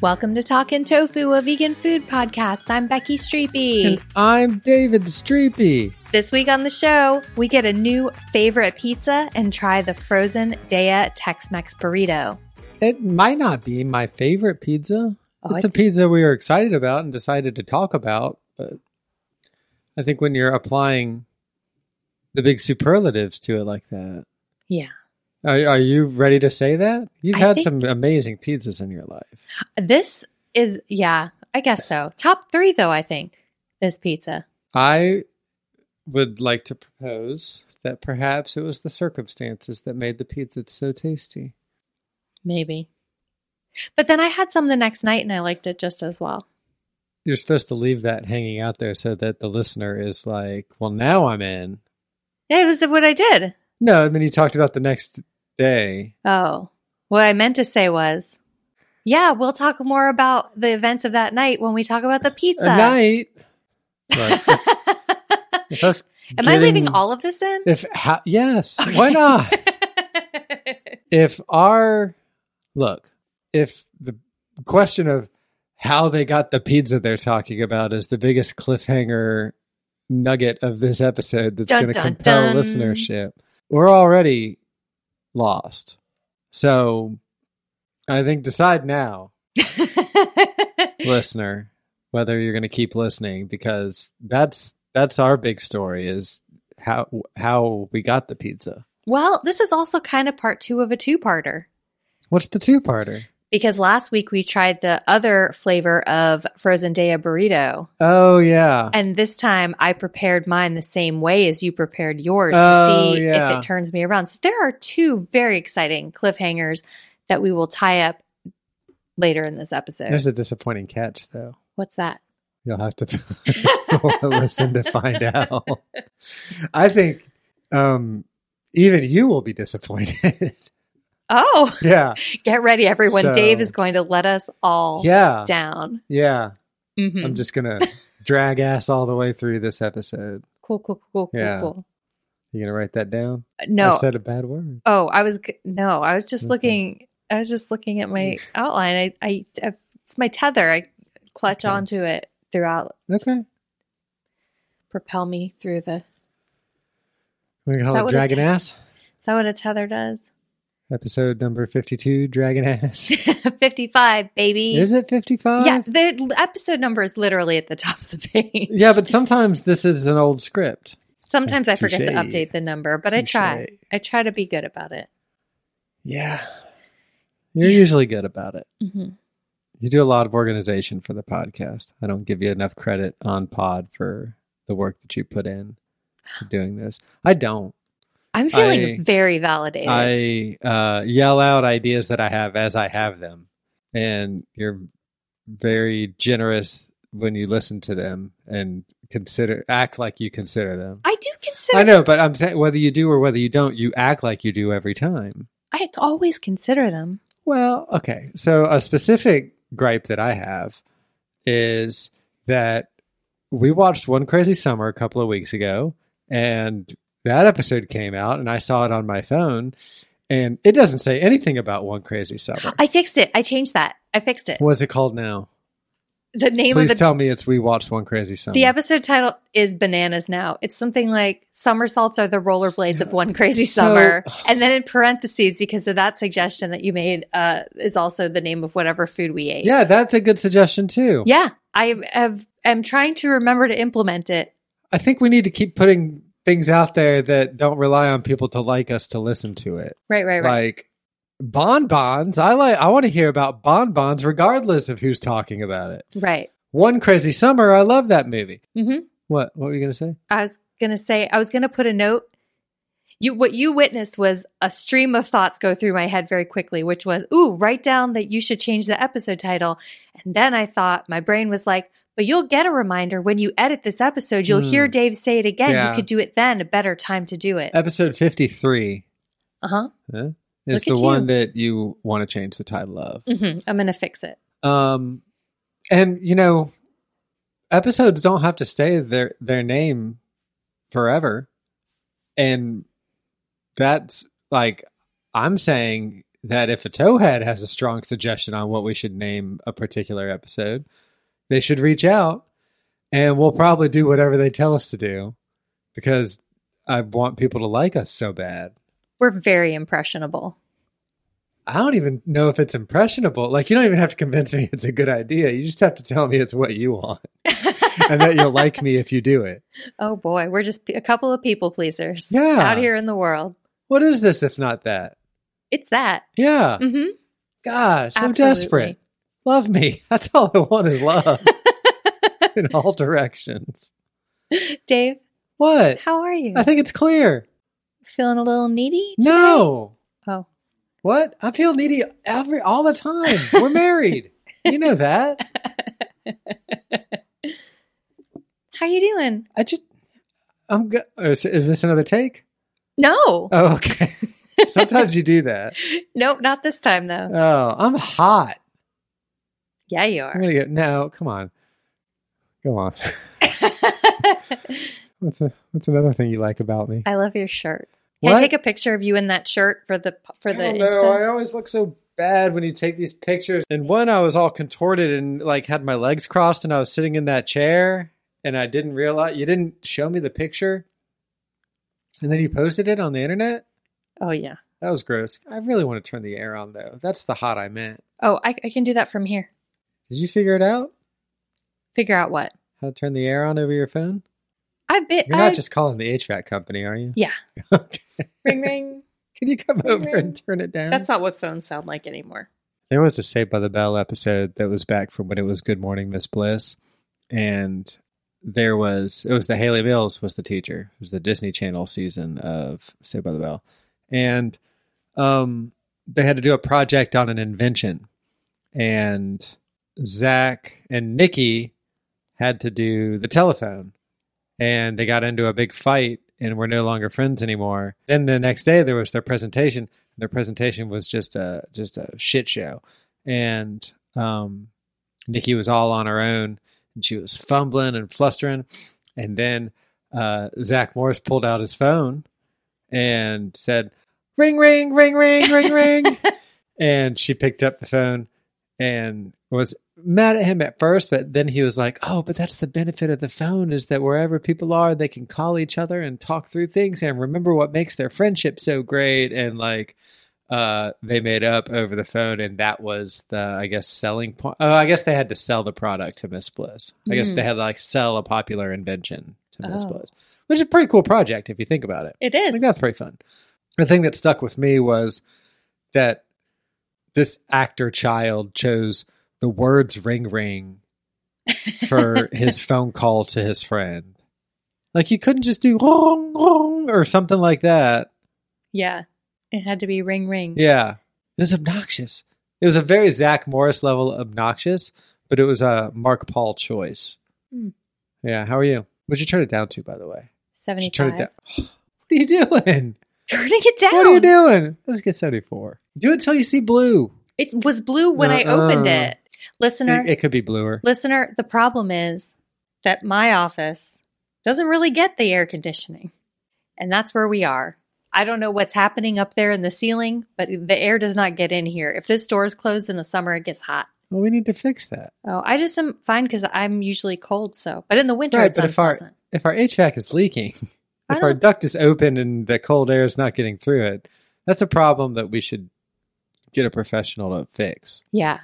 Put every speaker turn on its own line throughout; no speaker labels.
Welcome to Talkin' Tofu, a vegan food podcast. I'm Becky Streepy.
And I'm David Streepy.
This week on the show, we get a new favorite pizza and try the frozen Daya Tex-Mex burrito.
It might not be my favorite pizza.
Oh,
it's a
it-
pizza we were excited about and decided to talk about, but I think when you're applying the big superlatives to it like that,
Yeah.
are, are you ready to say that? You've
I
had
think-
some amazing pizzas in your life.
This is yeah, I guess so. Top 3 though, I think. This pizza.
I would like to propose that perhaps it was the circumstances that made the pizza so tasty.
Maybe. But then I had some the next night and I liked it just as well.
you're supposed to leave that hanging out there so that the listener is like, well, now I'm in.
Yeah, it was what I did.
No, and then you talked about the next day.
Oh, what I meant to say was, yeah, we'll talk more about the events of that night when we talk about the pizza.
A night. Look, if- if us
Am I leaving
getting-
all of this in?
If ha- yes, why not? if our look, if the question of how they got the pizza they're talking about is the biggest cliffhanger nugget of this episode that's
Dun,
going to
dun,
compel
dun.
listenership, we're already lost. So I think decide now, listener, whether you're going to keep listening because that's that's our big story is how how we got the pizza.
well, this is also kind of part two of a two parter
What's the two parter?
because last week we tried the other flavor of frozen daya burrito.
Oh yeah.
And this time I prepared mine the same way as you prepared yours
Oh,
to see if
yeah.
it turns me around. So there are two very exciting cliffhangers that we will tie up later in this episode.
There's a disappointing catch though.
What's that?
You'll have to listen to find out. I think um even you will be disappointed.
Oh,
yeah.
get ready, everyone.
So-
Dave is going to let us all
Yeah.
down.
Yeah.
Mhm.
I'm just going to drag ass all the way through this episode.
cool, cool, cool, cool,
Yeah.
cool.
You going to write that down? I
No,
said a bad word.
oh, I was g- no, I was just
Okay. Mm.
looking. I was just looking at my outline. I, I, I it's my tether. I clutch
Okay.
onto it throughout.
Okay.
Propel me through the.
We
that
call
what
it
a
Dragon
te-
Ass.
Is that what a tether does?
Episode number 52, Dragon Ass.
Fifty-five, baby.
Is it 55?
Yeah, the l- episode number is literally at the top of the page.
Yeah, but sometimes this is an old script.
sometimes I forget to
touche.
update the number, but I try.
Touche.
I try to be good about it.
Yeah. You're usually good about it.
hmm
You do a lot of organization for the podcast. I don't give you enough credit on Pod for the work that you put in to doing this. I don't.
I'm feeling
I-
very validated.
I uh, yell out ideas that I have as I have them, and you're very generous when you listen to them and consider act like you consider them.
I do consider.
I know, but I'm saying whether you do or whether you don't, you act like you do every time.
I always consider them.
Well, okay. So a specific gripe that I have is that we watched One Crazy Summer a couple of weeks ago, and that episode came out, and I saw it on my phone, and it doesn't say anything about One Crazy Summer.
I fixed it. I changed that. I fixed it.
What's it called now?
the name
Please
of the
tell me it's We Watched One Crazy Summer.
the episode title is bananas now. It's something like somersaults are the rollerblades of one crazy
So-
summer. And then in parentheses, because of that suggestion that you made, uh, is also the name of whatever food we ate.
yeah, that's a good suggestion too.
Yeah. I have am trying to remember to implement it.
I think we need to keep putting things out there that don't rely on people to like us to listen to it.
Right, right, right.
Like bonbons. I like I want to hear about bonbons regardless of who's talking about it.
right.
One Crazy Summer, I love that movie.
hmm
What what were you gonna say?
I was gonna say I was gonna put a note. You what you witnessed was a stream of thoughts go through my head very quickly, which was, ooh, write down that you should change the episode title. And then I thought my brain was like, but you'll get a reminder when you edit this episode. You'll hear
Mm.
Dave say it again.
Yeah.
You could do it then, a better time to do it.
Episode fifty three
Uh huh.
is
Look at
the one
you.
that you want to change the title of.
hmm I'm gonna fix it.
Um, and you know, episodes don't have to stay their their name forever, and that's like I'm saying that if a towhead has a strong suggestion on what we should name a particular episode, they should reach out, and we'll probably do whatever they tell us to do, because I want people to like us so bad.
We're very impressionable.
I don't even know if it's impressionable. Like, you don't even have to convince me it's a good idea. You just have to tell me it's what you want and that you'll like me if you do it.
Oh boy, we're just a couple of people pleasers
Yeah.
out here in the world.
What is this if not that?
It's that.
Yeah.
hmm
God, so
Absolutely.
desperate. Love me. That's all I want is love in all directions.
Dave,
What?
how are you?
I think it's clear.
Feeling a little needy?
No.
Oh,
What? I feel needy every all the time. We're married. You know that.
how you doing?
I just I'm good. Is is this another take?
No,
Oh, okay. Sometimes you do that.
nope, not this time though.
Oh, I'm hot.
Yeah, you
I'm
are.
gonna get no. Come on, go on. What's a, what's another thing you like about me?
I love your shirt. Can
What?
I take a picture of you in that shirt for the for the
I don't know.
Insta?
I always look so bad when you take these pictures. And one, I was all contorted and like had my legs crossed, and I was sitting in that chair, and I didn't realize you didn't show me the picture, and then you posted it on the internet.
Oh yeah.
That was gross. I really want to turn the air on though. That's the hot I meant.
Oh, I, I can do that from here.
Did you figure it out
Figure out what
how to turn the air on over your phone?
I've been.
You're not
I-
just calling the HVAC company, are you?
yeah.
Okay.
Ring ring.
Can you come over
ring.
and turn it down?
That's not what phones sound like anymore.
there was a Saved by the Bell episode that was back from when it was Good Morning Miss Bliss, and there was it was the Haley Mills was the teacher. It was the Disney Channel season of Saved by the Bell, and um, they had to do a project on an invention, and Zach and Nikki had to do the telephone, and they got into a big fight and were no longer friends anymore. Then the next day there was their presentation. Their presentation was just a just a shit show, and um, Nikki was all on her own and she was fumbling and flustering, and then uh, Zach Morris pulled out his phone and said, "Ring, ring, ring, ring, ring, ring," and she picked up the phone and was mad at him at first, but then he was like, "Oh, but that's the benefit of the phone is that wherever people are, they can call each other and talk through things and remember what makes their friendship so great." And like, uh, they made up over the phone, and that was the, I guess, selling point. Oh, I guess they had to sell the product to Miss Bliss. I guess
Mm.
they had to, like sell a popular invention to Miss
Oh.
Bliss, which is a pretty cool project if you think about it.
It
I think
is.
that's pretty fun. The thing that stuck with me was that this actor child chose the words ring ring for his phone call to his friend. Like you couldn't just do rong rong or something like that.
Yeah. It had to be ring ring.
Yeah. It was obnoxious. It was a very Zach Morris level obnoxious, but it was a Mark Paul choice.
Hmm.
Yeah. How are you? What'd you turn it down to, by the way? Did
Seventy
you turn
five.
it down? What are you doing?
Turning it down.
What are you doing? Let's get 74. Do it till you see blue.
It was blue when I
Uh-uh.
opened it. Listener,
It, it could be bluer.
Listener, the problem is that my office doesn't really get the air conditioning. And that's where we are. I don't know what's happening up there in the ceiling, but the air does not get in here. If this door is closed in the summer, it gets hot.
Well, we need to fix that.
Oh, I just am fine because I'm usually cold. So, but in the winter,
right,
it's
but if our
unpleasant.
if our HVAC is leaking,
I
if our
don't-
duct is open and the cold air is not getting through it, that's a problem that we should get a professional to fix.
yeah.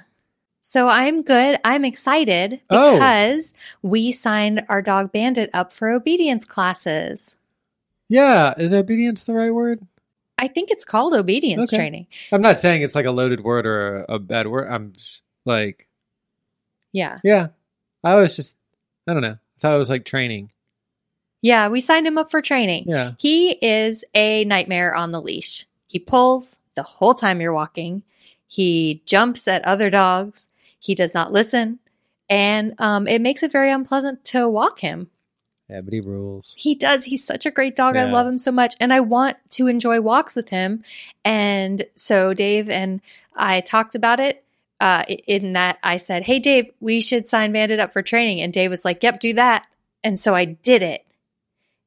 So I'm good. I'm excited
Oh.
because we signed our dog Bandit up for obedience classes.
Yeah, is obedience the right word?
I think it's called obedience
Okay.
training.
I'm not saying it's like a loaded word or a, a bad word. I'm just, like,
Yeah.
yeah. I was just, I don't know. I thought it was like training.
Yeah, we signed him up for training.
Yeah.
He is a nightmare on the leash. He pulls the whole time you're walking. He jumps at other dogs. He does not listen. And um, it makes it very unpleasant to walk him.
Ebony rules.
He does. He's such a great dog. I
Yeah.
love him so much. And I want to enjoy walks with him. And so Dave and I talked about it. Uh, i- in that I said, Hey, Dave, we should sign Bandit up for training. And Dave was like, Yep, do that. And so I did it.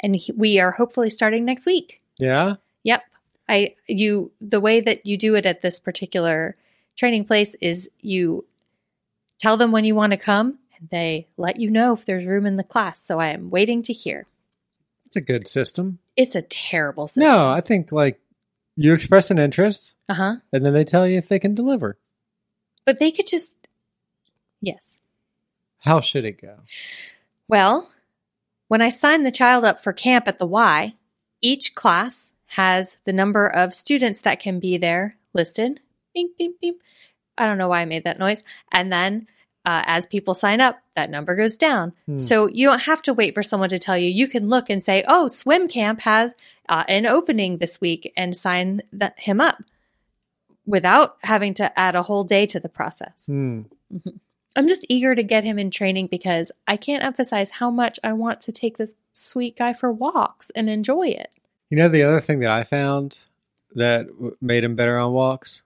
And he, we are hopefully starting next week.
Yeah.
Yep. I, you, the way that you do it at this particular training place is you tell them when you want to come and they let you know if there's room in the class. So I am waiting to hear.
It's a good system.
It's a terrible system.
No, I think like you express an interest
Uh huh.
and then they tell you if they can deliver.
But they could just. Yes.
How should it go?
Well, when I signed the child up for camp at the Y, each class has the number of students that can be there listed. Beep, beep, beep. I don't know why I made that noise. And then uh, as people sign up, that number goes down.
Hmm.
So you don't have to wait for someone to tell you. You can look and say, oh, swim camp has uh, an opening this week and sign that, him up without having to add a whole day to the process.
Hmm.
I'm just eager to get him in training because I can't emphasize how much I want to take this sweet guy for walks and enjoy it.
You know, the other thing that I found that w- made him better on walks,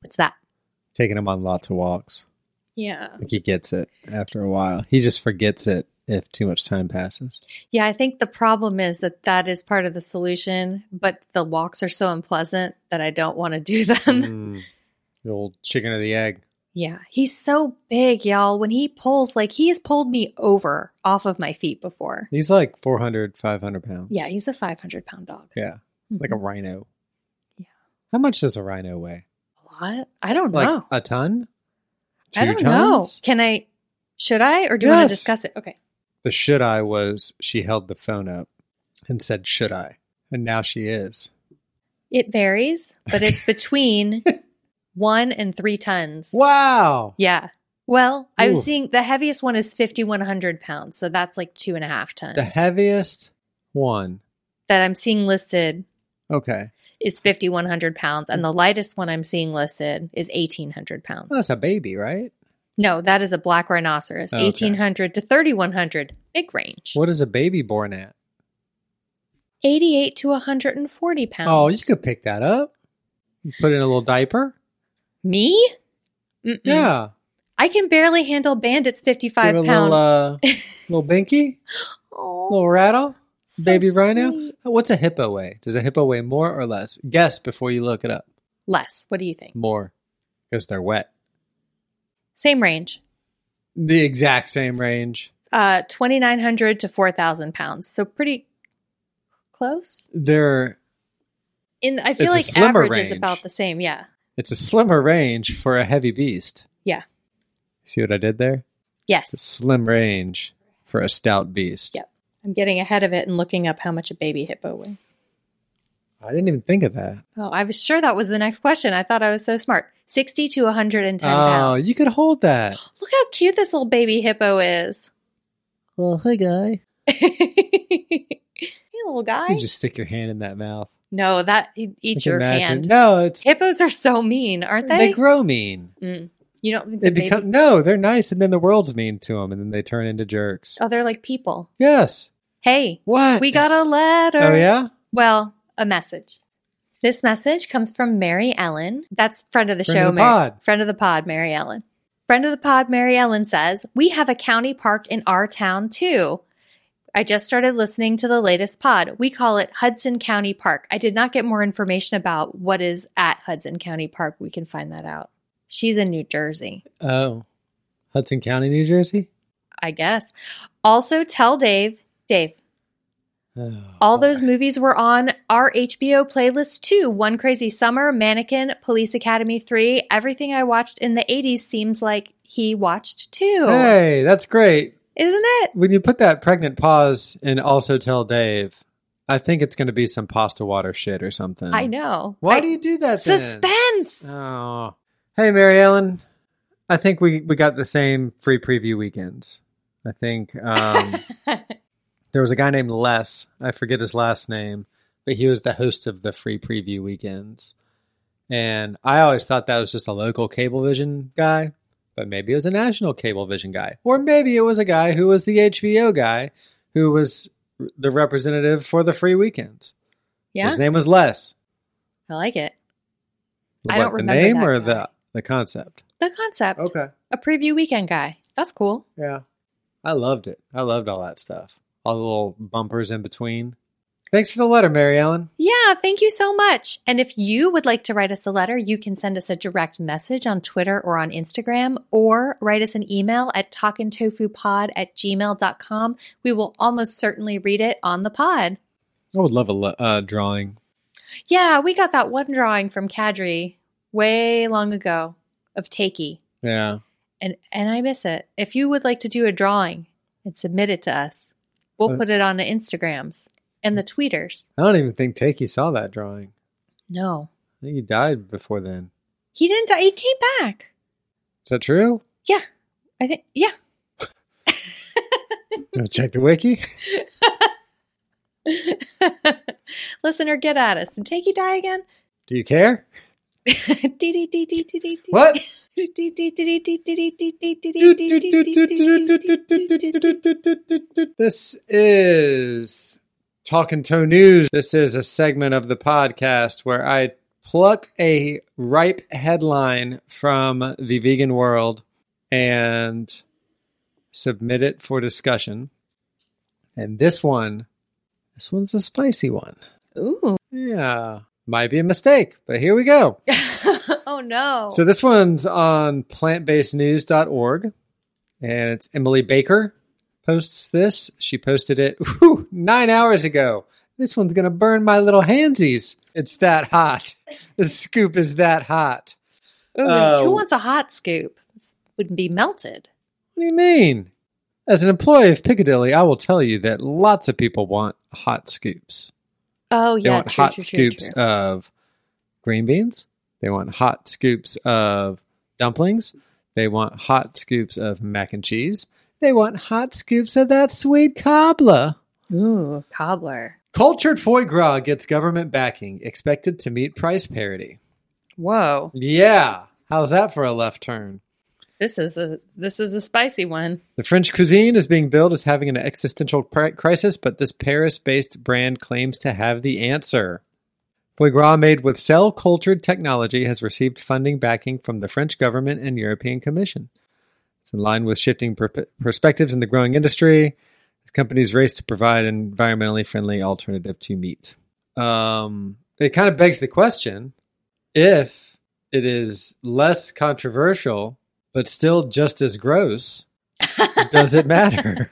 What's that?
taking him on lots of walks.
Yeah.
Like he gets it after a while. He just forgets it if too much time passes.
Yeah, I think the problem is that that is part of the solution, but the walks are so unpleasant that I don't want to do them.
Mm. The old chicken or the egg.
Yeah, he's so big, y'all. When he pulls, like he has pulled me over off of my feet before.
He's like 400, 500 pounds.
Yeah, he's a 500 pound dog. Hmm.
Yeah. Like a rhino.
Yeah.
How much does a rhino weigh?
a lot. I don't
Like
know.
a ton? Two
I don't know.
tons?
Can I? Should I? Or do you want
Yes.
to discuss it? Okay.
The should I was she held the phone up and said, should I? And now she is.
It varies, but it's between one and three tons.
Wow.
Yeah. Well, I was
Ooh.
seeing the heaviest one is 5,100 pounds. So that's like two and a half tons.
The heaviest one.
that I'm seeing listed
Okay.
is 5,100 pounds. And the lightest one I'm seeing listed is 1,800 pounds.
Well, that's a baby, right?
no, that is a black rhinoceros.
Okay.
1,800 to 3,100. Big range.
What is a baby born at?
88 to 140 pounds.
Oh, you could pick that up. Put in a little diaper.
Me? Mm-mm.
Yeah.
I can barely handle Bandit's 55
Give it a
pound.
little, uh, little binky,
Aw,
little rattle,
so
baby rhino.
sweet.
What's a hippo weigh? Does a hippo weigh more or less? Guess before you look it up.
Less. What do you think?
More, because they're wet.
Same range.
The exact same range.
Uh, 2,900 to 4,000 pounds. So pretty close.
They're
In I
It's
feel
a
like
slimmer
average is
range.
about the same. Yeah.
it's a slimmer range for a heavy beast.
Yeah.
See what I did there? It's a
Yes.
slim range for a stout beast.
Yep. I'm getting ahead of it and looking up how much a baby hippo weighs.
I didn't even think of that.
Oh, I was sure that was the next question. I thought I was so smart. 60 to 110
Oh,
pounds.
you could hold that.
Look how cute this little baby hippo is.
Well, hey, guy.
hey, little guy.
You just stick your hand in that mouth.
no, that he'd
I
eat
can
your
imagine.
hand.
No, it's
Hippos are so mean, aren't they?
grow mean.
Mm. You don't think
They
they become?
become no, they're nice, and then the world's mean to them, and then they turn into jerks.
Oh, they're like people.
Yes.
Hey,
What?
we got a letter.
Oh yeah.
Well, a message. This message comes from Mary Ellen. That's friend of the
Friend
show,
of the
Mary.
pod.
Friend of the pod, Mary Ellen. Friend of the pod, Mary Ellen says, We have a county park in our town too. I just started listening to the latest pod. We call it Hudson County Park. I did not get more information about what is at Hudson County Park. We can find that out. She's in New Jersey,
Oh, Hudson County, New Jersey.
I guess. Also, tell Dave, Dave,
Oh,
all those
boy.
movies were on our HBO playlist too. One Crazy Summer, Mannequin, Police Academy 3. Everything I watched in the 80s seems like he watched too.
Hey, that's great.
Isn't it?
When you put that pregnant pause and also tell Dave, I think it's going to be some pasta water shit or something.
I know.
Hmm. Why
I-
do you do that? then?
Suspense.
Oh, hey, Mary Ellen. I think we we got the same free preview weekends. I think um, there was a guy named Les. I forget his last name, but he was the host of the free preview weekends. And I always thought that was just a local cablevision guy, but maybe it was a national cablevision guy, or maybe it was a guy who was the HBO guy who was the representative for the free weekends.
yeah.
His name was Les. Oh.
I like it. I don't
the
remember
name
that
or
guy.
the the concept.
The concept.
Okay.
A preview weekend guy. That's cool.
Yeah. I loved it. I loved all that stuff. All the little bumpers in between. Thanks for the letter, Mary Ellen.
Yeah, thank you so much. And if you would like to write us a letter, you can send us a direct message on Twitter or on Instagram, or write us an email at talkintofupod at gmail.com. We will almost certainly read it on the pod.
I would love a le- uh, drawing.
Yeah, we got that one drawing from Kadri way long ago of Takey,
Yeah.
and, and I miss it. If you would like to do a drawing and submit it to us, we'll
Uh,
put it on the Instagrams and the tweeters.
I don't even think Takey saw that drawing.
No,
I think he died before then.
he didn't die. He came back.
Is that true?
Yeah. I think yeah.
Gonna Check the wiki.
Listener, get at us. And take you die again.
Do you care?
What?
What? This is Talking Toe News. This is a segment of the podcast where I pluck a ripe headline from the vegan world and submit it for discussion. And this one, this one's a spicy one.
Ooh.
Yeah, might be a mistake, but here we go.
Oh no.
So this one's on plantbasednews.org and it's Emily Baker posts this. She posted it whew, nine hours ago. This one's going to burn my little handsies. It's that hot. The scoop is that hot.
Ooh,
uh,
Who wants a hot scoop? This would be melted.
What do you mean? As an employee of Piccadilly, I will tell you that lots of people want hot scoops.
Oh
They
yeah.
want
true,
hot
true, true,
scoops
true.
of green beans. They want hot scoops of dumplings. They want hot scoops of mac and cheese. They want hot scoops of that sweet cobbler.
Ooh, cobbler.
Cultured foie gras gets government backing, expected to meet price parity.
Whoa.
Yeah, how's that for a left turn?
This is a this is a spicy one.
The French cuisine is being billed as having an existential pri- crisis, but this Paris based brand claims to have the answer. Foie gras made with cell cultured technology has received funding backing from the French government and European Commission. It's in line with shifting per- perspectives in the growing industry as companies race to provide an environmentally friendly alternative to meat. Um, it kind of begs the question if it is less controversial, but still just as gross does it matter?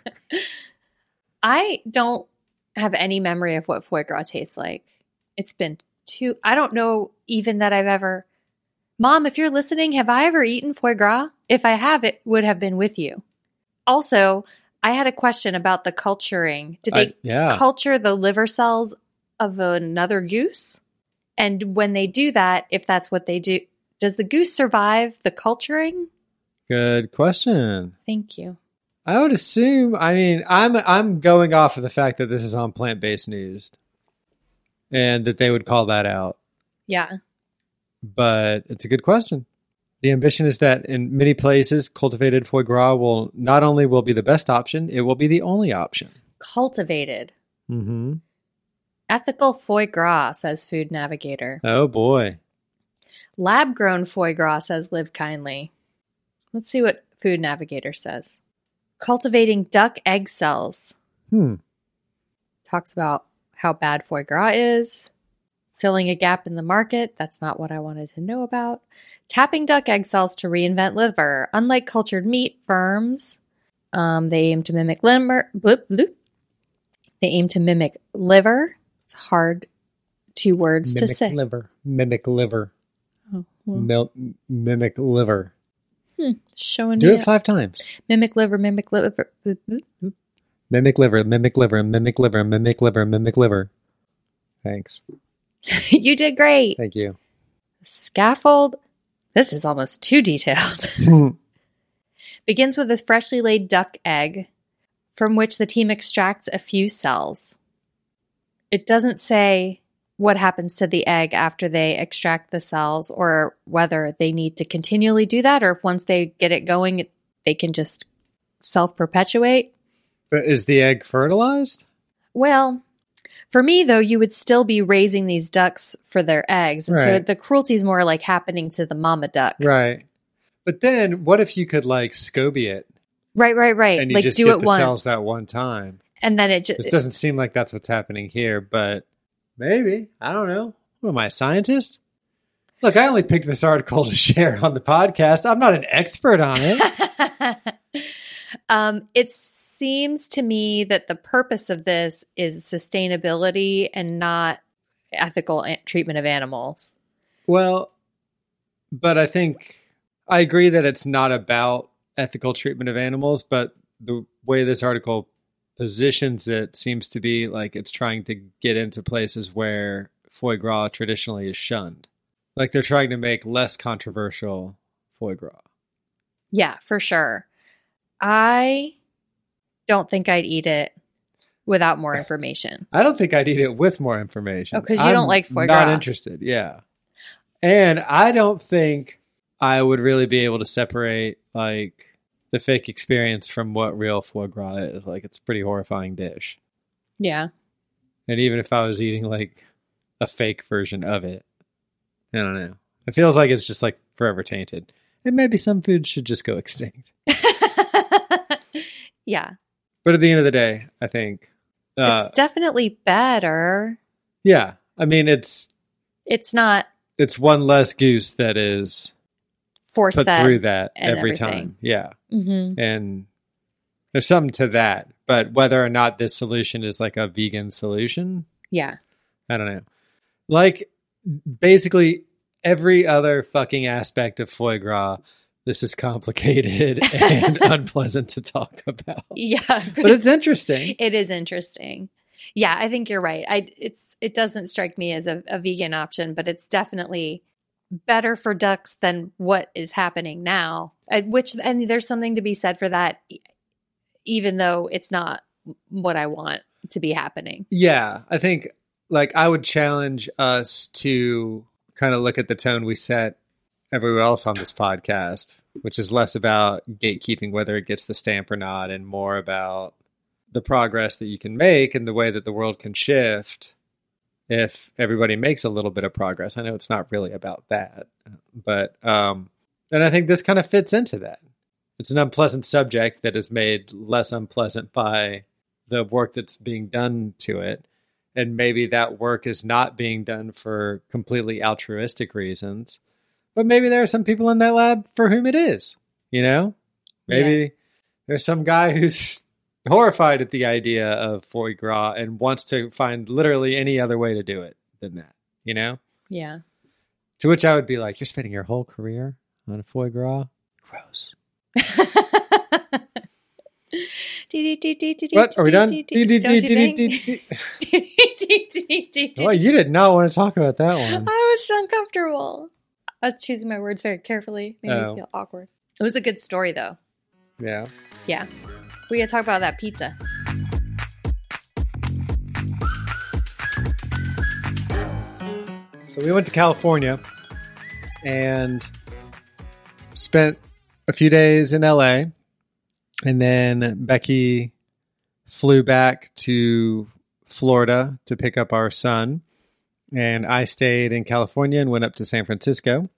I don't have any memory of what foie gras tastes like. It's been too. I don't know even that I've ever. Mom, if you're listening, have I ever eaten foie gras? If I have, it would have been with you. Also, I had a question about the culturing. Did they
I- yeah.
culture the liver cells of another goose? And when they do that, if that's what they do, does the goose survive the culturing?
Good question.
Thank you.
I would assume. I mean, I'm I'm going off of the fact that this is on plant based news, and that they would call that out.
Yeah.
But it's a good question. The ambition is that in many places, cultivated foie gras will not only will be the best option, it will be the only option.
Cultivated.
Mm-hmm.
Ethical foie gras, says Food Navigator.
Oh boy.
Lab grown foie gras says live kindly. Let's see what Food Navigator says. Cultivating duck egg cells
Hmm.
talks about how bad foie gras is. filling a gap in the market. That's not what I wanted to know about. Tapping duck egg cells to reinvent liver. Unlike cultured meat firms, um, they aim to mimic liver. Bloop, bloop. They aim to mimic liver. It's hard two words to
mimic
say.
liver. Mimic liver.
Oh, well,
Mil- mimic liver.
showing
Do
me
it five times.
mimic liver, mimic liver. Bloop, bloop.
Mimic liver, mimic liver, mimic liver, mimic liver, mimic liver. Thanks.
you did great.
Thank you.
Scaffold. This is almost too detailed. begins with a freshly laid duck egg from which the team extracts a few cells. It doesn't say what happens to the egg after they extract the cells or whether they need to continually do that or if once they get it going, they can just self perpetuate.
But is the egg fertilized?
Well, for me though, you would still be raising these ducks for their eggs. And so
Right.
the cruelty is more like happening to the mama duck.
Right. But then what if you could like SCOBY it
right, right. right.
and you
Like
just
do
get
it
the
once. Uh,
cells that one time?
and then it
This
just
doesn't seem like that's what's happening here, but maybe. I don't know. What am I, a scientist? Look, I only picked this article to share on the podcast. I'm not an expert on it.
um, it seems to me that the purpose of this is sustainability and not ethical a- treatment of animals.
well, but I think I agree that it's not about ethical treatment of animals, but the way this article positions it seems to be like it's trying to get into places where foie gras traditionally is shunned. Like they're trying to make less controversial foie gras.
Yeah, for sure. I don't think I'd eat it without more information.
I don't think I'd eat it with more information.
Oh, 'cause you don't
I'm
like foie
Not
gras.
interested. Yeah, and I don't think I would really be able to separate like the fake experience from what real foie gras is. Like, it's a pretty horrifying dish.
Yeah.
And even if I was eating like a fake version of it, I don't know. It feels like it's just like forever tainted. And maybe some foods should just go extinct.
yeah.
But at the end of the day, I think, uh,
it's definitely better.
yeah. I mean, it's
It's not
it's one less goose that is
force
put
fed.
through that
and
every
everything.
time. Yeah.
Mhm.
And there's something to that. But whether or not this solution is like a vegan solution,
Yeah.
I don't know. Like basically every other fucking aspect of foie gras, this is complicated and unpleasant to talk about.
Yeah.
But it's interesting.
It is interesting. Yeah, I think you're right. I it's it doesn't strike me as a, a vegan option, but it's definitely better for ducks than what is happening now. And which and there's something to be said for that, e- even though it's not what I want to be happening.
Yeah, I think like I would challenge us to kind of look at the tone we set everywhere else on this podcast, which is less about gatekeeping whether it gets the stamp or not and more about the progress that you can make and the way that the world can shift if everybody makes a little bit of progress. I know it's not really about that, but um and I think this kind of fits into that. It's an unpleasant subject that is made less unpleasant by the work that's being done to it and maybe that work is not being done for completely altruistic reasons but maybe there are some people in that lab for whom it is you know maybe there's some guy who's horrified at the idea of foie gras and wants to find literally any other way to do it than that you know
Yeah.
to which i would be like you're spending your whole career on foie gras gross what are we done
Don't you think?
well you did not want to talk about that one
I was uncomfortable. I was choosing my words very carefully. Made
Oh.
me feel awkward. It was a good story, though.
yeah
Yeah. We gotta talk about that pizza.
So we went to California and spent a few days in LA. And then Becky flew back to Florida to pick up our son. And I stayed in California and went up to San Francisco.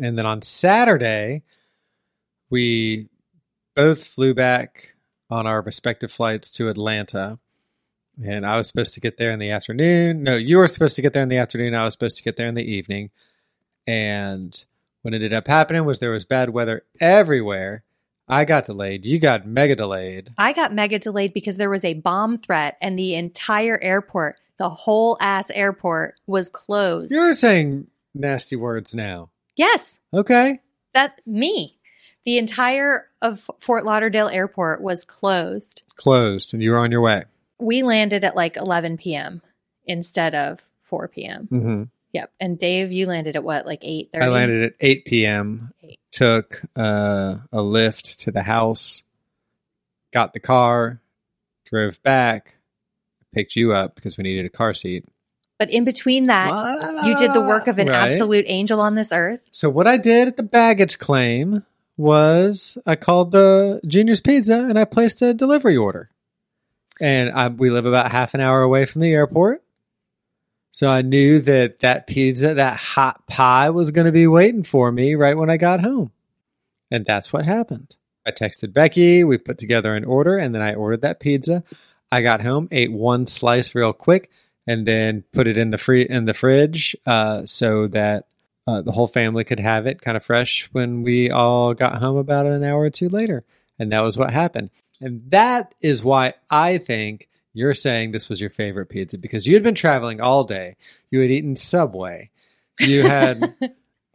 And then on Saturday, we both flew back on our respective flights to Atlanta and I was supposed to get there in the afternoon. No, you were supposed to get there in the afternoon. I was supposed to get there in the evening. And what ended up happening was there was bad weather everywhere. I got delayed. You got mega delayed.
I got mega delayed because there was a bomb threat and the entire airport, the whole ass airport was closed.
You're saying nasty words now.
yes,
Okay.
that me. The entire of Fort Lauderdale airport was closed.
Closed and you were on your way.
We landed at like 11 p.m. instead of 4 p.m.
Mm-hmm.
Yep. And Dave, you landed at what, like 8:30?
I landed at 8 p.m.,
Eight.
took uh, a lift to the house, got the car, drove back, picked you up because we needed a car seat.
But in between that, you did the work of an
Right.
absolute angel on this earth.
So, what I did at the baggage claim was I called the Junior's Pizza and I placed a delivery order. And I, we live about half an hour away from the airport. So, I knew that that pizza, that hot pie was going to be waiting for me right when I got home. And that's what happened. I texted Becky, we put together an order, and then I ordered that pizza. I got home, ate one slice real quick, and then put it in the free in the fridge uh, so that uh, the whole family could have it kind of fresh when we all got home about an hour or two later. And that was what happened. And that is why I think you're saying this was your favorite pizza because you had been traveling all day. You had eaten Subway. You had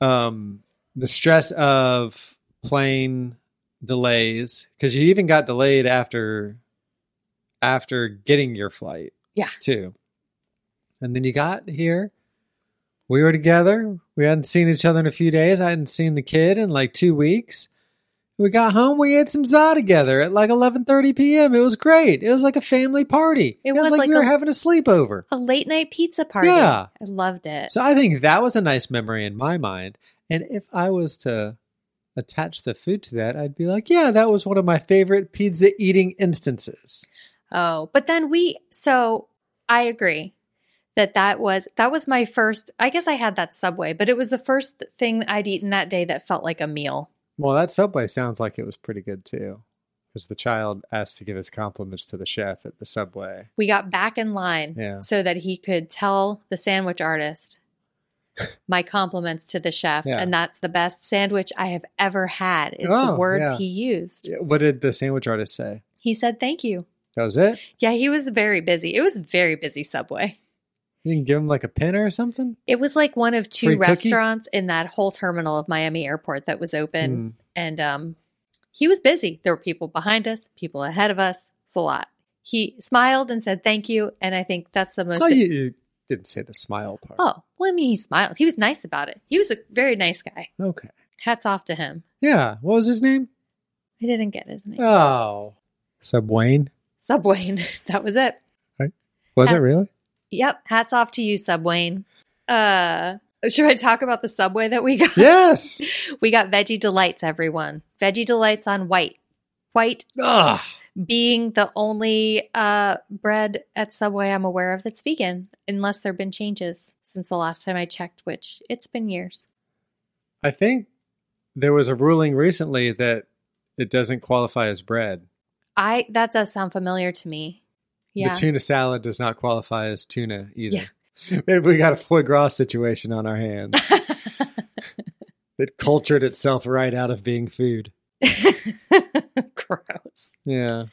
um, the stress of plane delays because you even got delayed after after getting your flight.
Yeah.
Too. And then you got here we were together. We hadn't seen each other in a few days. I hadn't seen the kid in like two weeks. We got home. We ate some za together at like eleven thirty p.m. It was great. It was like a family party.
It
It, was,
was
like,
like
we were
a-
having a sleepover.
A late night pizza party.
Yeah.
I loved it.
So I think that was a nice memory in my mind. And if I was to attach the food to that, I'd be like, yeah, that was one of my favorite pizza eating instances.
Oh, but then we so I agree that that was that was my first I guess I had that Subway, but it was the first thing I'd eaten that day that felt like a meal.
Well, that Subway sounds like it was pretty good too, because the child asked to give his compliments to the chef at the Subway.
We got back in line
Yeah.
so that he could tell the sandwich artist my compliments to the chef
Yeah.
and that's the best sandwich I have ever had is the
Oh,
words
yeah.
he used.
Yeah, What did the sandwich artist say?
He said thank you.
That was it.
Yeah, he was very busy. It was very busy Subway.
You can give him like a pin or something.
It was like one of two
Free cookie?
restaurants in that whole terminal of Miami Airport that was
Hmm.
open. And um, he was busy. There were people behind us, people ahead of us. It's a lot. He smiled and said thank you. And I think that's the most.
Oh, you, you didn't say the smile part.
oh, well, I mean, he smiled. He was nice about it. He was a very nice guy.
okay.
Hats off to him.
Yeah. What was his name?
I didn't get his name.
Oh, Subwayne.
Subwayne. that was it.
Was
Yeah.
it really?
Yep. Hats off to you, Subwayne. Uh, should I talk about the subway that we got?
Yes.
We got Veggie Delights, everyone. Veggie Delights on white. White
Ugh.
being the only uh, bread at Subway I'm aware of that's vegan, unless there have been changes since the last time I checked, which it's been years.
I think there was a ruling recently that it doesn't qualify as bread.
I that does sound familiar to me. Yeah,
The tuna salad does not qualify as tuna either. Maybe we got a foie gras situation on our hands. it cultured itself right out of being food.
gross.
Yeah.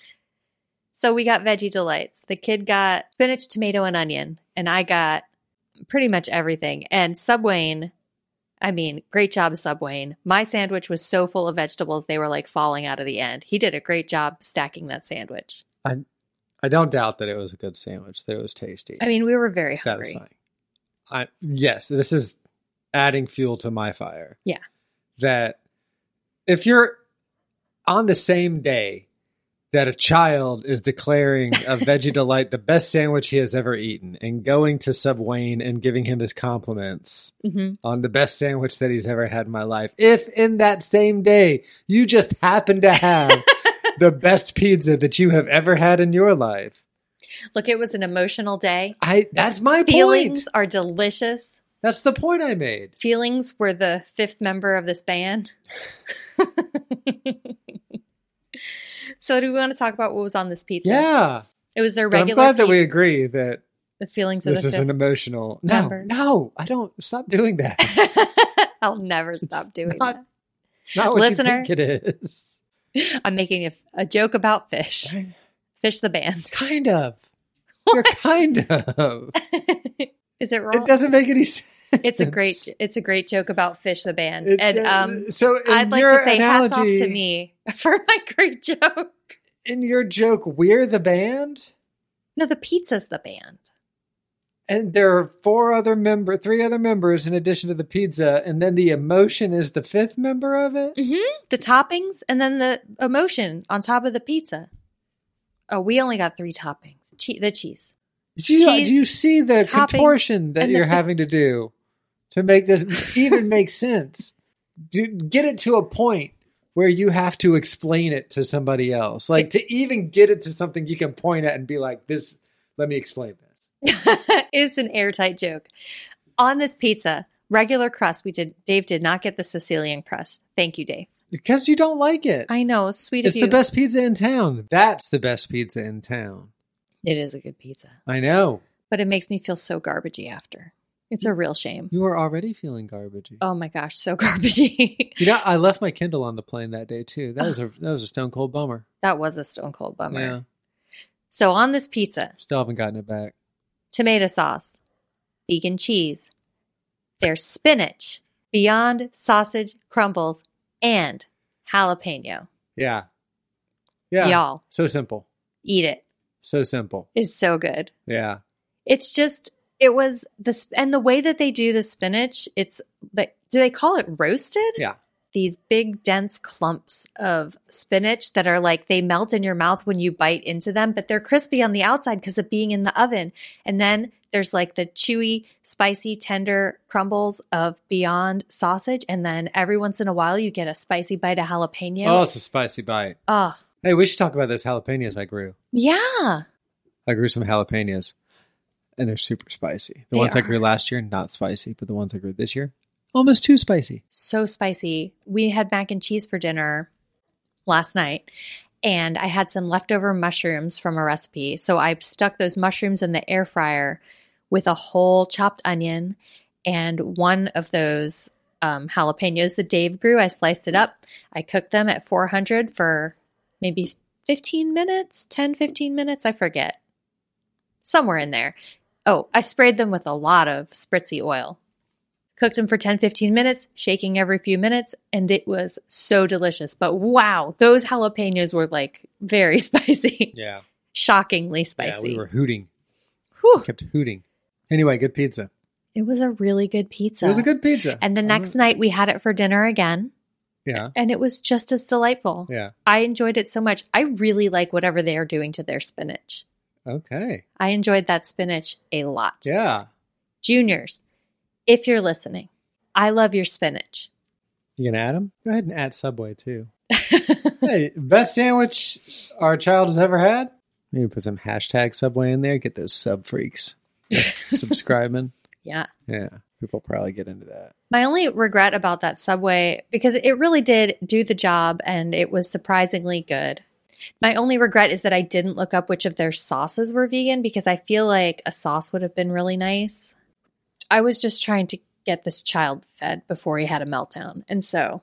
So we got veggie delights. The kid got spinach, tomato, and onion, and I got pretty much everything. And Subwayne, I mean, great job, Subwayne. My sandwich was so full of vegetables they were like falling out of the end. He did a great job stacking that sandwich.
I don't doubt that it was a good sandwich. That it was tasty.
I mean, we were very hungry.
satisfying. I yes, this is adding fuel to my fire.
Yeah.
That if you're on the same day that a child is declaring a veggie delight the best sandwich he has ever eaten and going to Subwayne and giving him his compliments
hmm
on the best sandwich that he's ever had in my life. If in that same day you just happen to have the best pizza that you have ever had in your life.
Look, it was an emotional day.
I that's my
Feelings
point.
are delicious.
That's the point I made.
Feelings were the fifth member of this band. so, do we want to talk about what was on this pizza?
Yeah.
It was their
But I'm
regular.
glad that we
fe-
agree that
the feelings of
this
the
is an
ship.
emotional. No,
Number.
no, I don't. Stop doing that.
I'll never stop doing
not It's Not what
Listener.
you think it is.
that. I'm making a, a joke about fish. Fish the band.
Kind of. You're kind of.
is it wrong?
It doesn't make any sense.
it's a great. It's a great joke about fish the band.
It
and
does-
um,
so in
I'd like
your
to say hats off to
analogy-
me for my great joke.
In your joke, we're the band,
No, the pizza's the band.
and there are four other member, three other members in addition to the pizza, and then the emotion is the fifth member of it.
Mm-hmm. The toppings and then the emotion on top of the pizza. Oh, we only got three toppings. Che- the cheese.
Do you,
Cheese,
do you see the
topping,
contortion that
and the
you're
fifth-
having to do to make this even make sense? Do, get it to a point where you have to explain it to somebody else, like to even get it to something you can point at and be like, "This, let me explain this."
it's an airtight joke. On this pizza, regular crust, we did. Dave did not get the Sicilian crust. Thank you, Dave.
Because you don't like it.
I know, sweet
it's
of you.
the best pizza in town. That's the best pizza in town.
It is a good pizza,
I know.
but it makes me feel so garbagey after. It's a real shame.
You are already feeling garbagey.
Oh my gosh, so garbagey.
You know, I left my Kindle on the plane that day too. That was a that was a stone cold bummer.
that was a stone cold bummer.
Yeah.
So on this pizza,
Still haven't gotten it back.
tomato sauce, vegan cheese, there's spinach, Beyond sausage crumbles, and jalapeno.
Yeah. Yeah.
Y'all.
So simple.
Eat it.
So simple.
It's so good.
Yeah.
It's just it was this and the way that they do the spinach, it's like do they call it roasted?
Yeah.
These big dense clumps of spinach that are like they melt in your mouth when you bite into them, but they're crispy on the outside because of being in the oven. And then there's like the chewy, spicy, tender crumbles of Beyond sausage. And then every once in a while, you get a spicy bite of jalapeno.
Oh, it's a spicy bite.
Oh,
Hey, we should talk about those jalapenos I grew.
yeah.
I grew some jalapenos and they're super spicy. The
They
ones I
are.
grew last year, not spicy, but the ones I grew this year, almost too spicy.
so spicy. We had mac and cheese for dinner last night, and I had some leftover mushrooms from a recipe. So I stuck those mushrooms in the air fryer with a whole chopped onion and one of those um, jalapenos that Dave grew. I sliced it up. I cooked them at 400 for maybe 15 minutes, 10, 15 minutes. I forget. Somewhere in there. Oh, I sprayed them with a lot of spritzy oil cooked them for 10 15 minutes shaking every few minutes and it was so delicious but wow those jalapenos were like very spicy
Yeah.
shockingly spicy Oh.
Yeah, we were hooting.
Whew.
kept hooting. Anyway, good pizza.
it was a really good pizza
it was a good pizza.
and the next
Um,
night we had it for dinner again
yeah,
and it was just as delightful
yeah,
i enjoyed it so much i really like whatever they are doing to their spinach
okay,
i enjoyed that spinach a lot
yeah.
juniors if you're listening i love your spinach
You gonna add them? Go ahead and add Subway too. hey, best sandwich our child has ever had. Maybe put some hashtag Subway in there. Get those sub freaks subscribing.
yeah
Yeah, people probably get into that.
My only regret about that subway, because it really did do the job and it was surprisingly good. My only regret is that I didn't look up which of their sauces were vegan because I feel like a sauce would have been really nice. I was just trying to get this child fed before he had a meltdown. And so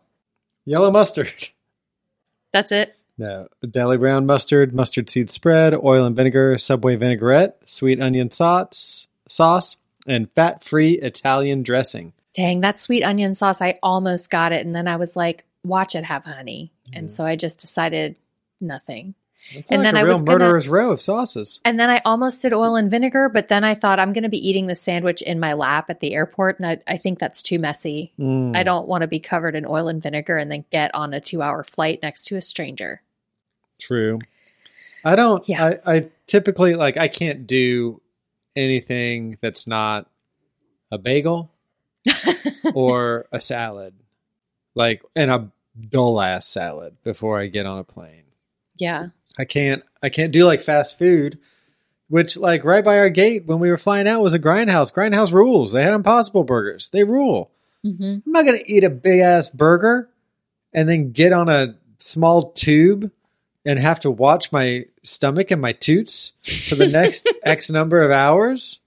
Yellow mustard.
that's it.
No, deli brown mustard, mustard seed spread, oil and vinegar, Subway vinaigrette, sweet onion sauce, sauce, and fat-free Italian dressing.
Dang, that sweet onion sauce, I almost got it. And then I was like, watch it have honey. And so I just decided nothing.
That's
And
like
then
a
I
real
was gonna-
murderer's row of sauces.
And then I almost did oil and vinegar, but then I thought I'm going to be eating the sandwich in my lap at the airport. And I, I think that's too messy.
Mm. Hmm.
I don't want to be covered in oil and vinegar and then get on a two hour flight next to a stranger.
True. I don't.
Yeah.
I, I typically like. I can't do anything that's not a bagel or a salad, like and a dull ass salad before I get on a plane.
Yeah.
I can't. I can't do like fast food, which like right by our gate when we were flying out was a grindhouse. Grindhouse rules. They had impossible burgers. They rule.
hmm
I'm not going to eat a big ass burger and then get on a small tube and have to watch my stomach and my toots for the next X number of hours.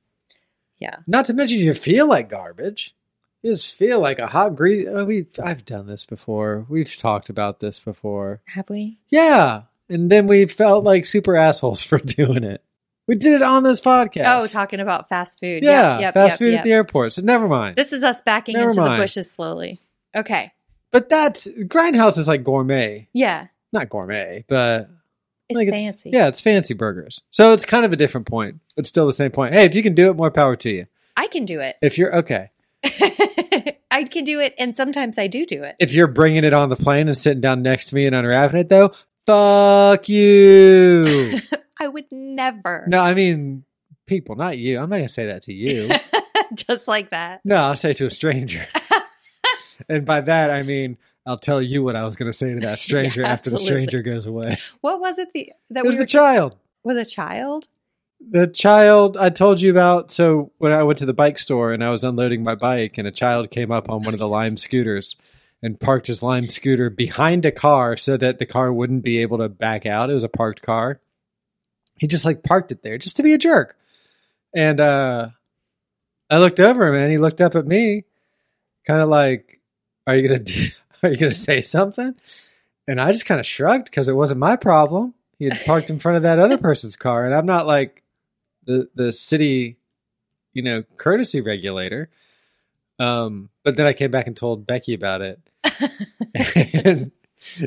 Yeah.
Not to mention, you feel like garbage. You just feel like a hot grease. Oh, we, I've done this before. We've talked about this before.
Have we?
Yeah. And then we felt like super assholes for doing it. We did it on this podcast.
Oh, talking about fast food.
yeah.
Yep, yep,
fast
yep,
food
yep.
at the airport. So never mind.
This is us backing
Never
into
mind.
the bushes slowly. Okay.
but that's Grindhouse is like gourmet.
Yeah.
Not gourmet, but
It's
Like,
fancy.
yeah, it's fancy burgers. So it's kind of a different point, but still the same point. Hey, if you can do it, more power to you.
I can do it.
If you're okay,
I can do it. And sometimes I do do it.
if you're bringing it on the plane and sitting down next to me and unwrapping it, though, fuck you.
I would never.
no, I mean people, not you. I'm not gonna say that to you.
Just like that.
No, I'll say to a stranger. and by that, I mean I'll tell you what I was gonna say to that stranger
Yeah,
after the
absolutely.
stranger goes away.
What was it the that
It was
we were,
the child.
was a child?
the child I told you about. So when I went to the bike store and I was unloading my bike, and a child came up on one of the Lime scooters and parked his Lime scooter behind a car so that the car wouldn't be able to back out. It was a parked car. He just like parked it there just to be a jerk. And uh, I looked over him, and he looked up at me, kind of like, "Are you gonna do, Are you gonna say something?" And I just kind of shrugged because it wasn't my problem. He had parked in front of that other person's car, and I'm not like the the city, you know, courtesy regulator. Um, but then I came back and told Becky about it, and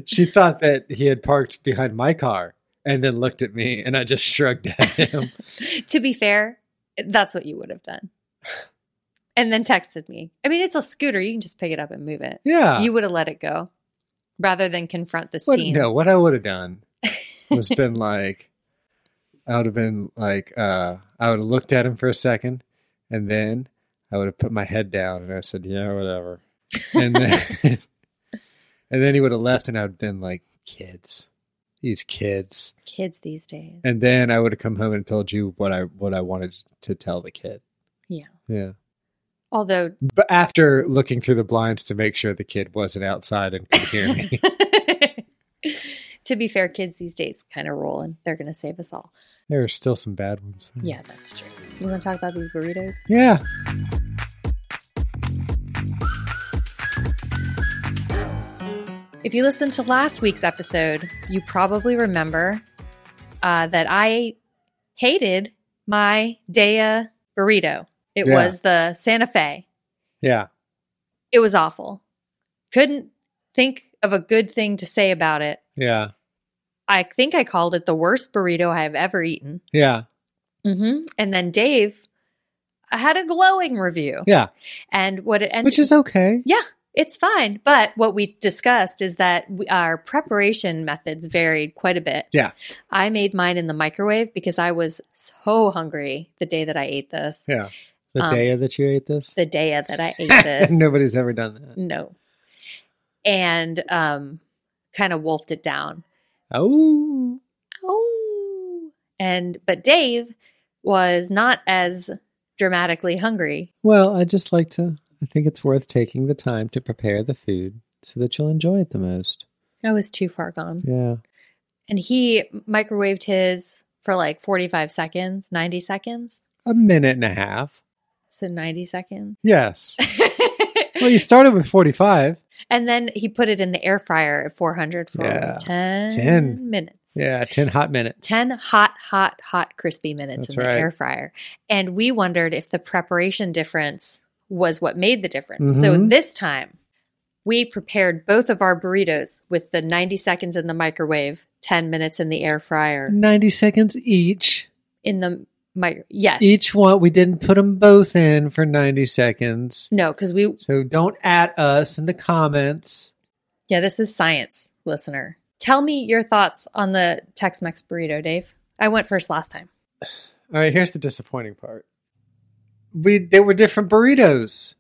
she thought that he had parked behind my car, and then looked at me, and I just shrugged at him.
To be fair, that's what you would have done. And then texted me. I mean, it's a scooter. You can just pick it up and move it.
Yeah,
You would have let it go rather than confront this
What-
teen.
No, what I would have done was been like, I would have been like, uh, I would have looked at him for a second, and then I would have put my head down and I said, "Yeah, whatever," and then and then he would have left, and I'd been like, "Kids, these kids,"
Kids these days.
and then I would have come home and told you what I what I wanted to tell the kid.
yeah.
Yeah,
Although
but after looking through the blinds to make sure the kid wasn't outside and could hear me.
to be fair, kids these days kind of rule and they're going to save us all.
There are still some bad ones.
Yeah, that's true. You want to talk about these burritos?
Yeah.
If you listened to last week's episode, you probably remember uh, that I hated my Daya burrito. It
Yeah.
was the Santa Fe.
Yeah.
It was awful. Couldn't think of a good thing to say about it.
Yeah.
I think I called it the worst burrito I have ever eaten.
Yeah.
Mm-hmm. And then Dave had a glowing review.
Yeah.
And what it ended
Which is okay.
Yeah, it's fine. But what we discussed is that we, our preparation methods varied quite a bit.
Yeah.
I made mine in the microwave because I was so hungry the day that I ate this,
Yeah. The
Um,
day that you ate this?
the day that I ate this.
Nobody's ever done that.
No. And um, kind of wolfed it down.
Oh.
Oh. And, but Dave was not as dramatically hungry.
Well, I just like to, I think it's worth taking the time to prepare the food so that you'll enjoy it the most.
I was too far gone.
Yeah.
And he microwaved his for like 45 seconds, 90 seconds.
A minute and a half.
So 90 seconds.
Yes. well, you started with 45.
and then he put it in the air fryer at 400 for
Yeah.
10,
10.
minutes.
Yeah. 10 hot minutes.
10 hot, hot, hot, crispy minutes
That's
in the
right.
air fryer. And we wondered if the preparation difference was what made the difference. So
Mhm.
this time, we prepared both of our burritos with the 90 seconds in the microwave, 10 minutes in the air fryer.
90 seconds each.
In the mic, yes.
Each one, we didn't put them both in for 90 seconds.
No, because we
So don't at us in the comments.
Yeah, this is science, listener. Tell me your thoughts on the Tex Mex burrito, Dave. I went first last time.
All right, here's the disappointing part. We they were different burritos.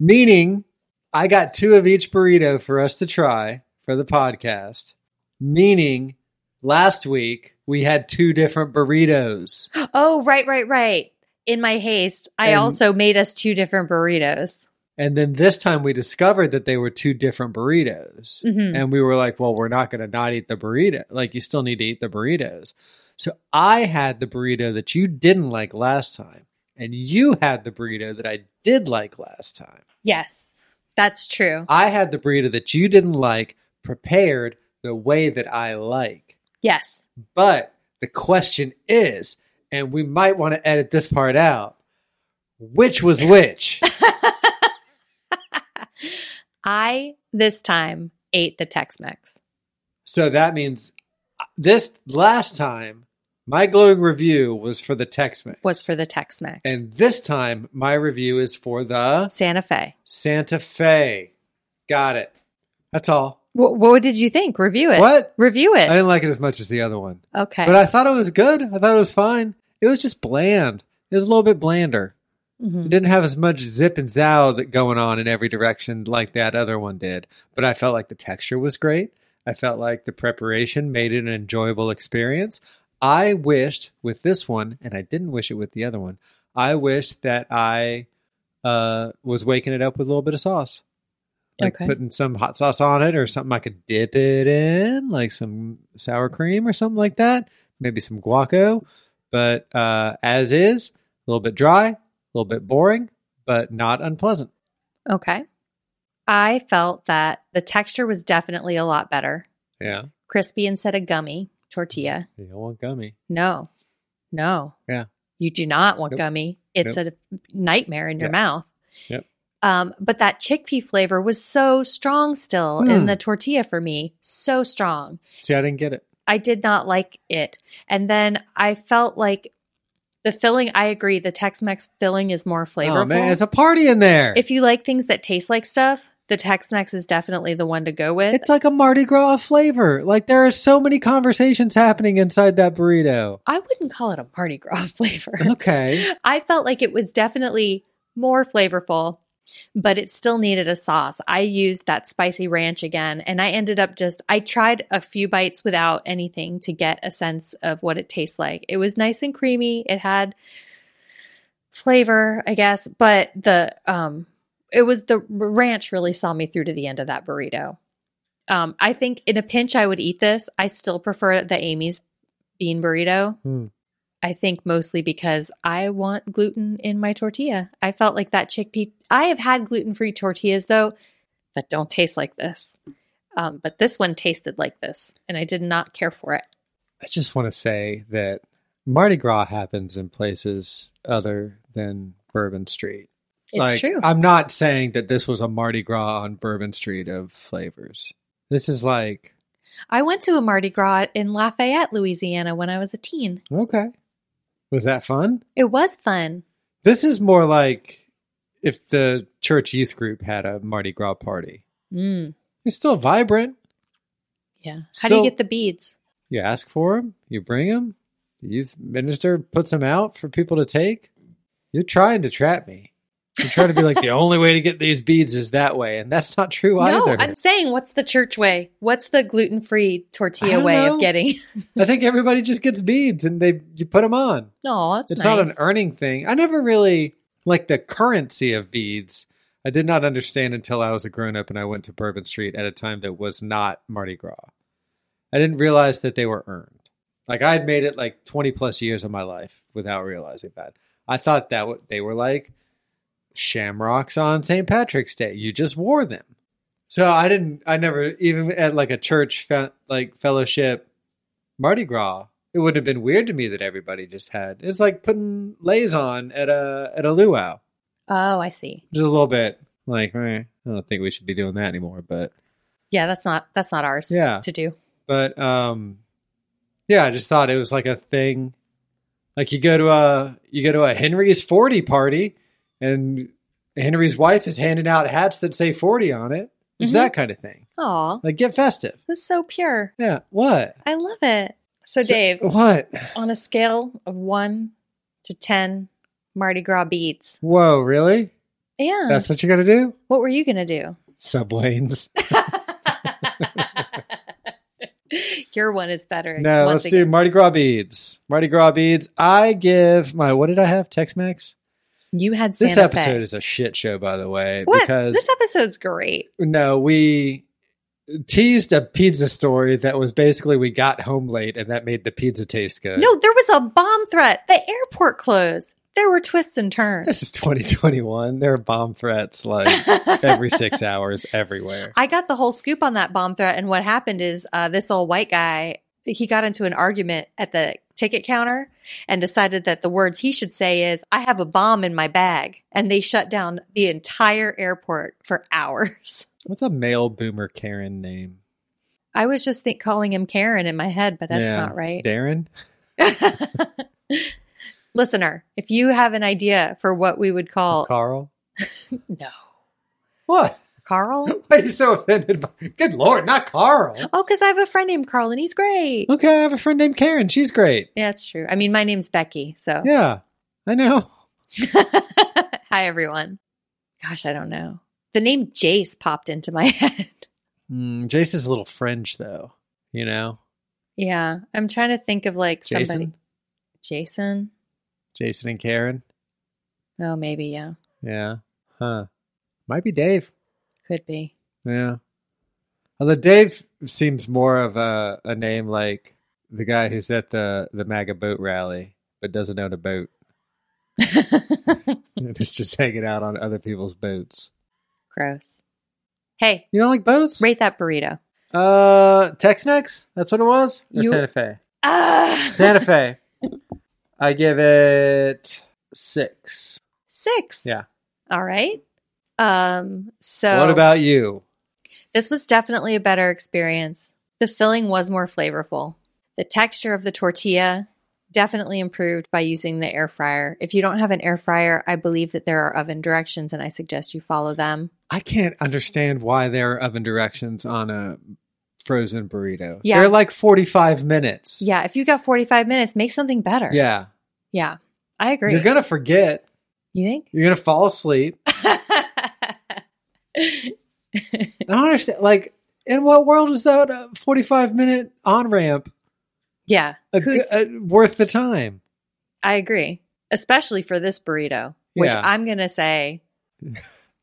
Meaning I got two of each burrito for us to try for the podcast. Meaning last week we had two different burritos.
Oh, right, right, right. In my haste, I
And-
also made us two different burritos.
And then this time we discovered that they were two different burritos.
Mhm.
And we were like, well, we're not going to not eat the burrito. Like, you still need to eat the burritos. So I had the burrito that you didn't like last time. And you had the burrito that I did like last time.
Yes, that's true.
I had the burrito that you didn't like prepared the way that I like.
Yes.
But the question is, and we might want to edit this part out which was which?
I this time ate the Tex Mex.
So that means uh, this last time, my glowing review was for the Tex Mex.
Was for the Tex Mex.
And this time, my review is for the
Santa Fe.
Santa Fe. Got it. That's all.
Wh- what did you think? Review it.
What?
Review
I
it.
didn't like it as much as the other one,
Okay.
but I thought it was good. I thought it was fine. It was just bland. It was a little bit blander. It
Mhm.
didn't have as much zip and zow that going on in every direction like that other one did. But I felt like the texture was great. I felt like the preparation made it an enjoyable experience. I wished with this one, and I didn't wish it with the other one. I wished that I uh, was waking it up with a little bit of sauce, like
Okay.
putting some hot sauce on it or something I could dip it in, like some sour cream or something like that. Maybe some guaco. But uh, as is, a little bit dry, a little bit boring, but not unpleasant.
Okay. I felt that the texture was definitely a lot better.
Yeah.
Crispy instead of gummy tortilla.
You don't want gummy.
No. No.
Yeah.
You do not want
Nope.
gummy. It's a nightmare in your
Yeah.
mouth.
Yep.
Um, but that chickpea flavor was so strong still in
Hmm.
the tortilla for me. So strong.
See, I didn't get it.
I did not like it. And then I felt like the filling, I agree, the Tex Mex filling is more flavorful.
Oh man, it's a party in there.
if you like things that taste like stuff, the Tex Mex is definitely the one to go with.
it's like a Mardi Gras of flavor. Like there are so many conversations happening inside that burrito.
I wouldn't call it a Mardi Gras flavor.
Okay.
I felt like it was definitely more flavorful, but it still needed a sauce. I used that spicy ranch again, and I ended up just, I tried a few bites without anything to get a sense of what it tastes like. It was nice and creamy. It had flavor, I guess, but the, um, it was the ranch really saw me through to the end of that burrito. Um, I think in a pinch, I would eat this. I still prefer the Amy's bean burrito.
Hmm.
I think mostly because I want gluten in my tortilla. I felt like that chickpea. I have had gluten free tortillas though that don't taste like this. Um, but this one tasted like this and I did not care for it.
I just want to say that Mardi Gras happens in places other than Bourbon Street.
It's
Like,
true.
I'm not saying that this was a Mardi Gras on Bourbon Street of flavors. This is like
I went to a Mardi Gras in Lafayette, Louisiana when I was a teen.
okay. Was that fun?
It was fun.
This is more like if the church youth group had a Mardi Gras party.
Mm,
It's still vibrant.
yeah. How do
So-
you get the beads?
You ask for them, you bring them, the youth minister puts them out for people to take. You're trying to trap me. You're trying to be like, the only way to get these beads is that way. And that's not true
no,
either.
I'm saying what's the church way? What's the gluten free
I
tortilla
don't
way
know.
of getting?
I think everybody just gets beads and they you put them on.
No, that's
it's
nice.
not an earning thing. I never really like the currency of beads. I did not understand until I was a grown up and I went to Bourbon Street at a time that was not Mardi Gras. I didn't realize that they were earned. Like I had made it like 20 plus years of my life without realizing that. I thought that what they were like shamrocks on St. Patrick's Day. You just wore them. So I didn't I never even at like a church fe- like fellowship Mardi Gras, it would have been weird to me that everybody just had. It's like putting lays on at a at a luau,
oh, I see.
just a little bit. Like, eh, I don't think we should be doing that anymore. But
Yeah, that's not that's not ours
Yeah.
to do.
but um, yeah, I just thought it was like a thing. Like you go to a you go to a Henry's forty party, and Henry's wife is handing out hats that say forty on it. It's
Mhm.
that kind of thing.
Aw,
Like get festive.
that's so pure.
Yeah. What?
I love it. So, Dave,
What?
on a scale of one to ten Mardi Gras beads,
Whoa! Really?
yeah,
That's what you're gonna do?
what were you gonna do?
Sublanes.
Your one is better.
No,
once
let's do
again.
Mardi Gras beads. Mardi Gras beads. I give my what did I have? Tex Mex.
You had Santa
This episode
Fe.
is a shit show, by the way,
what?
because
this episode's great.
no, we teased a pizza story that was basically we got home late and that made the pizza taste good.
No, there was a bomb threat. The airport closed. There were twists and turns.
This is 2021. There are bomb threats like every six hours everywhere.
I got the whole scoop on that bomb threat, and what happened is uh, this old white guy he got into an argument at the ticket counter and decided that the words he should say is "I have a bomb in my bag," and they shut down the entire airport for hours.
What's a male boomer Karen name?
I was just think calling him Karen in my head, but that's
Yeah.
not right.
Darren?
Listener, if you have an idea for what we would call
Carl?
no
What?
Carl,
Why are you so offended? By- Good lord, not Carl.
oh, because I have a friend named Carl and he's great.
Okay, I have a friend named Karen. She's great.
Yeah, that's true. I mean, my name's Becky, so
Yeah, I know.
Hi, everyone. Gosh, I don't know. The name Jace popped into my head.
Mm, Jace is a little fringe, though. You know,
Yeah, I'm trying to think of like
Jason,
somebody. Jason?
Jason and Karen.
Oh, maybe. Yeah,
Yeah. Huh. Might be Dave.
could be.
Yeah. Although Dave seems more of a, a name like the guy who's at the, the MAGA boat rally but doesn't own a boat and is just hanging out on other people's boats.
Gross. Hey,
You don't like boats?
rate that burrito.
Uh, Tex Mex? That's what it was? Or
You-
Santa Fe?
Ah,
Santa Fe. I give it six.
six.
Yeah.
All right. Um. So
What about you?
This was definitely a better experience. The filling was more flavorful. The texture of the tortilla definitely improved by using the air fryer. If you don't have an air fryer, I believe that there are oven directions and I suggest you follow them.
I can't understand why there are oven directions on a frozen burrito.
Yeah.
They're like 45 minutes.
Yeah, if you got 45 minutes, make something better.
Yeah.
Yeah. I agree.
You're going to forget.
you think?
You're going to fall asleep. I don't understand. Like, in what world is that a 45 minute on ramp
yeah. Who's-
worth the time?
I agree. Especially for this burrito, which
Yeah.
I'm going to say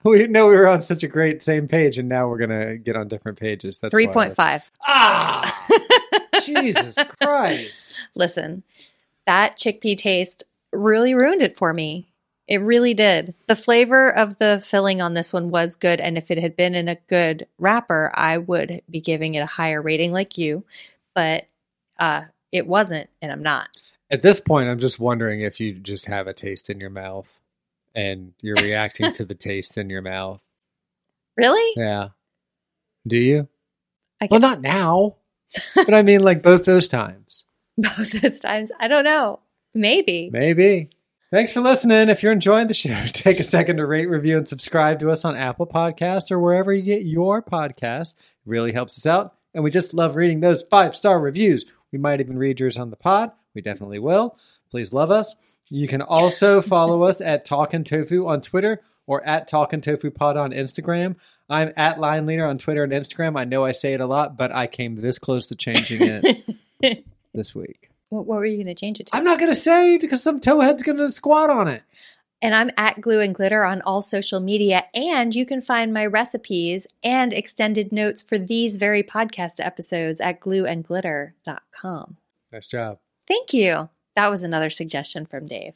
We know we were on such a great same page, and now we're going to get on different pages. That's why-
3.5.
Ah! Jesus Christ.
Listen, that chickpea taste really ruined it for me. It really did. The flavor of the filling on this one was good. And if it had been in a good wrapper, I would be giving it a higher rating like you. But uh, it wasn't, and I'm not.
At this point, I'm just wondering if you just have a taste in your mouth and you're reacting to the taste in your mouth.
Really?
Yeah. Do you?
I
Well, not now, but I mean, like both those times.
both those times. I don't know. Maybe.
Maybe. Thanks for listening. If you're enjoying the show, take a second to rate, review, and subscribe to us on Apple Podcasts or wherever you get your podcast. It really helps us out. And we just love reading those five star reviews. We might even read yours on the pod. We definitely will. Please love us. You can also follow us at Talkin' Tofu on Twitter or at Talkin' Tofu Pod on Instagram. I'm at Line Leader on Twitter and Instagram. I know I say it a lot, but I came this close to changing it this week.
What, what were you going to change it to?
I'm not gonna say because some towhead's gonna squat on it.
And I'm at Glue and Glitter on all social media. And you can find my recipes and extended notes for these very podcast episodes at glueandglitter.com.
Nice job.
Thank you. That was another suggestion from Dave.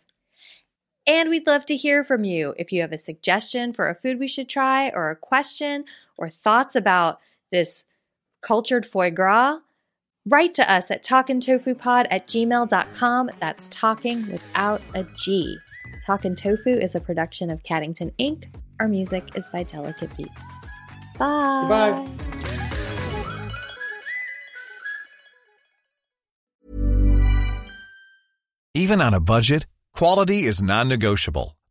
And we'd love to hear from you. If you have a suggestion for a food we should try, or a question, or thoughts about this cultured foie gras, write to us at talkingtofupod at gmail.com. That's talking without a G. Talkin' Tofu is a production of Caddington Inc. Our music is by Delicate Beats. Bye.
Goodbye.
Even on a budget, quality is non-negotiable.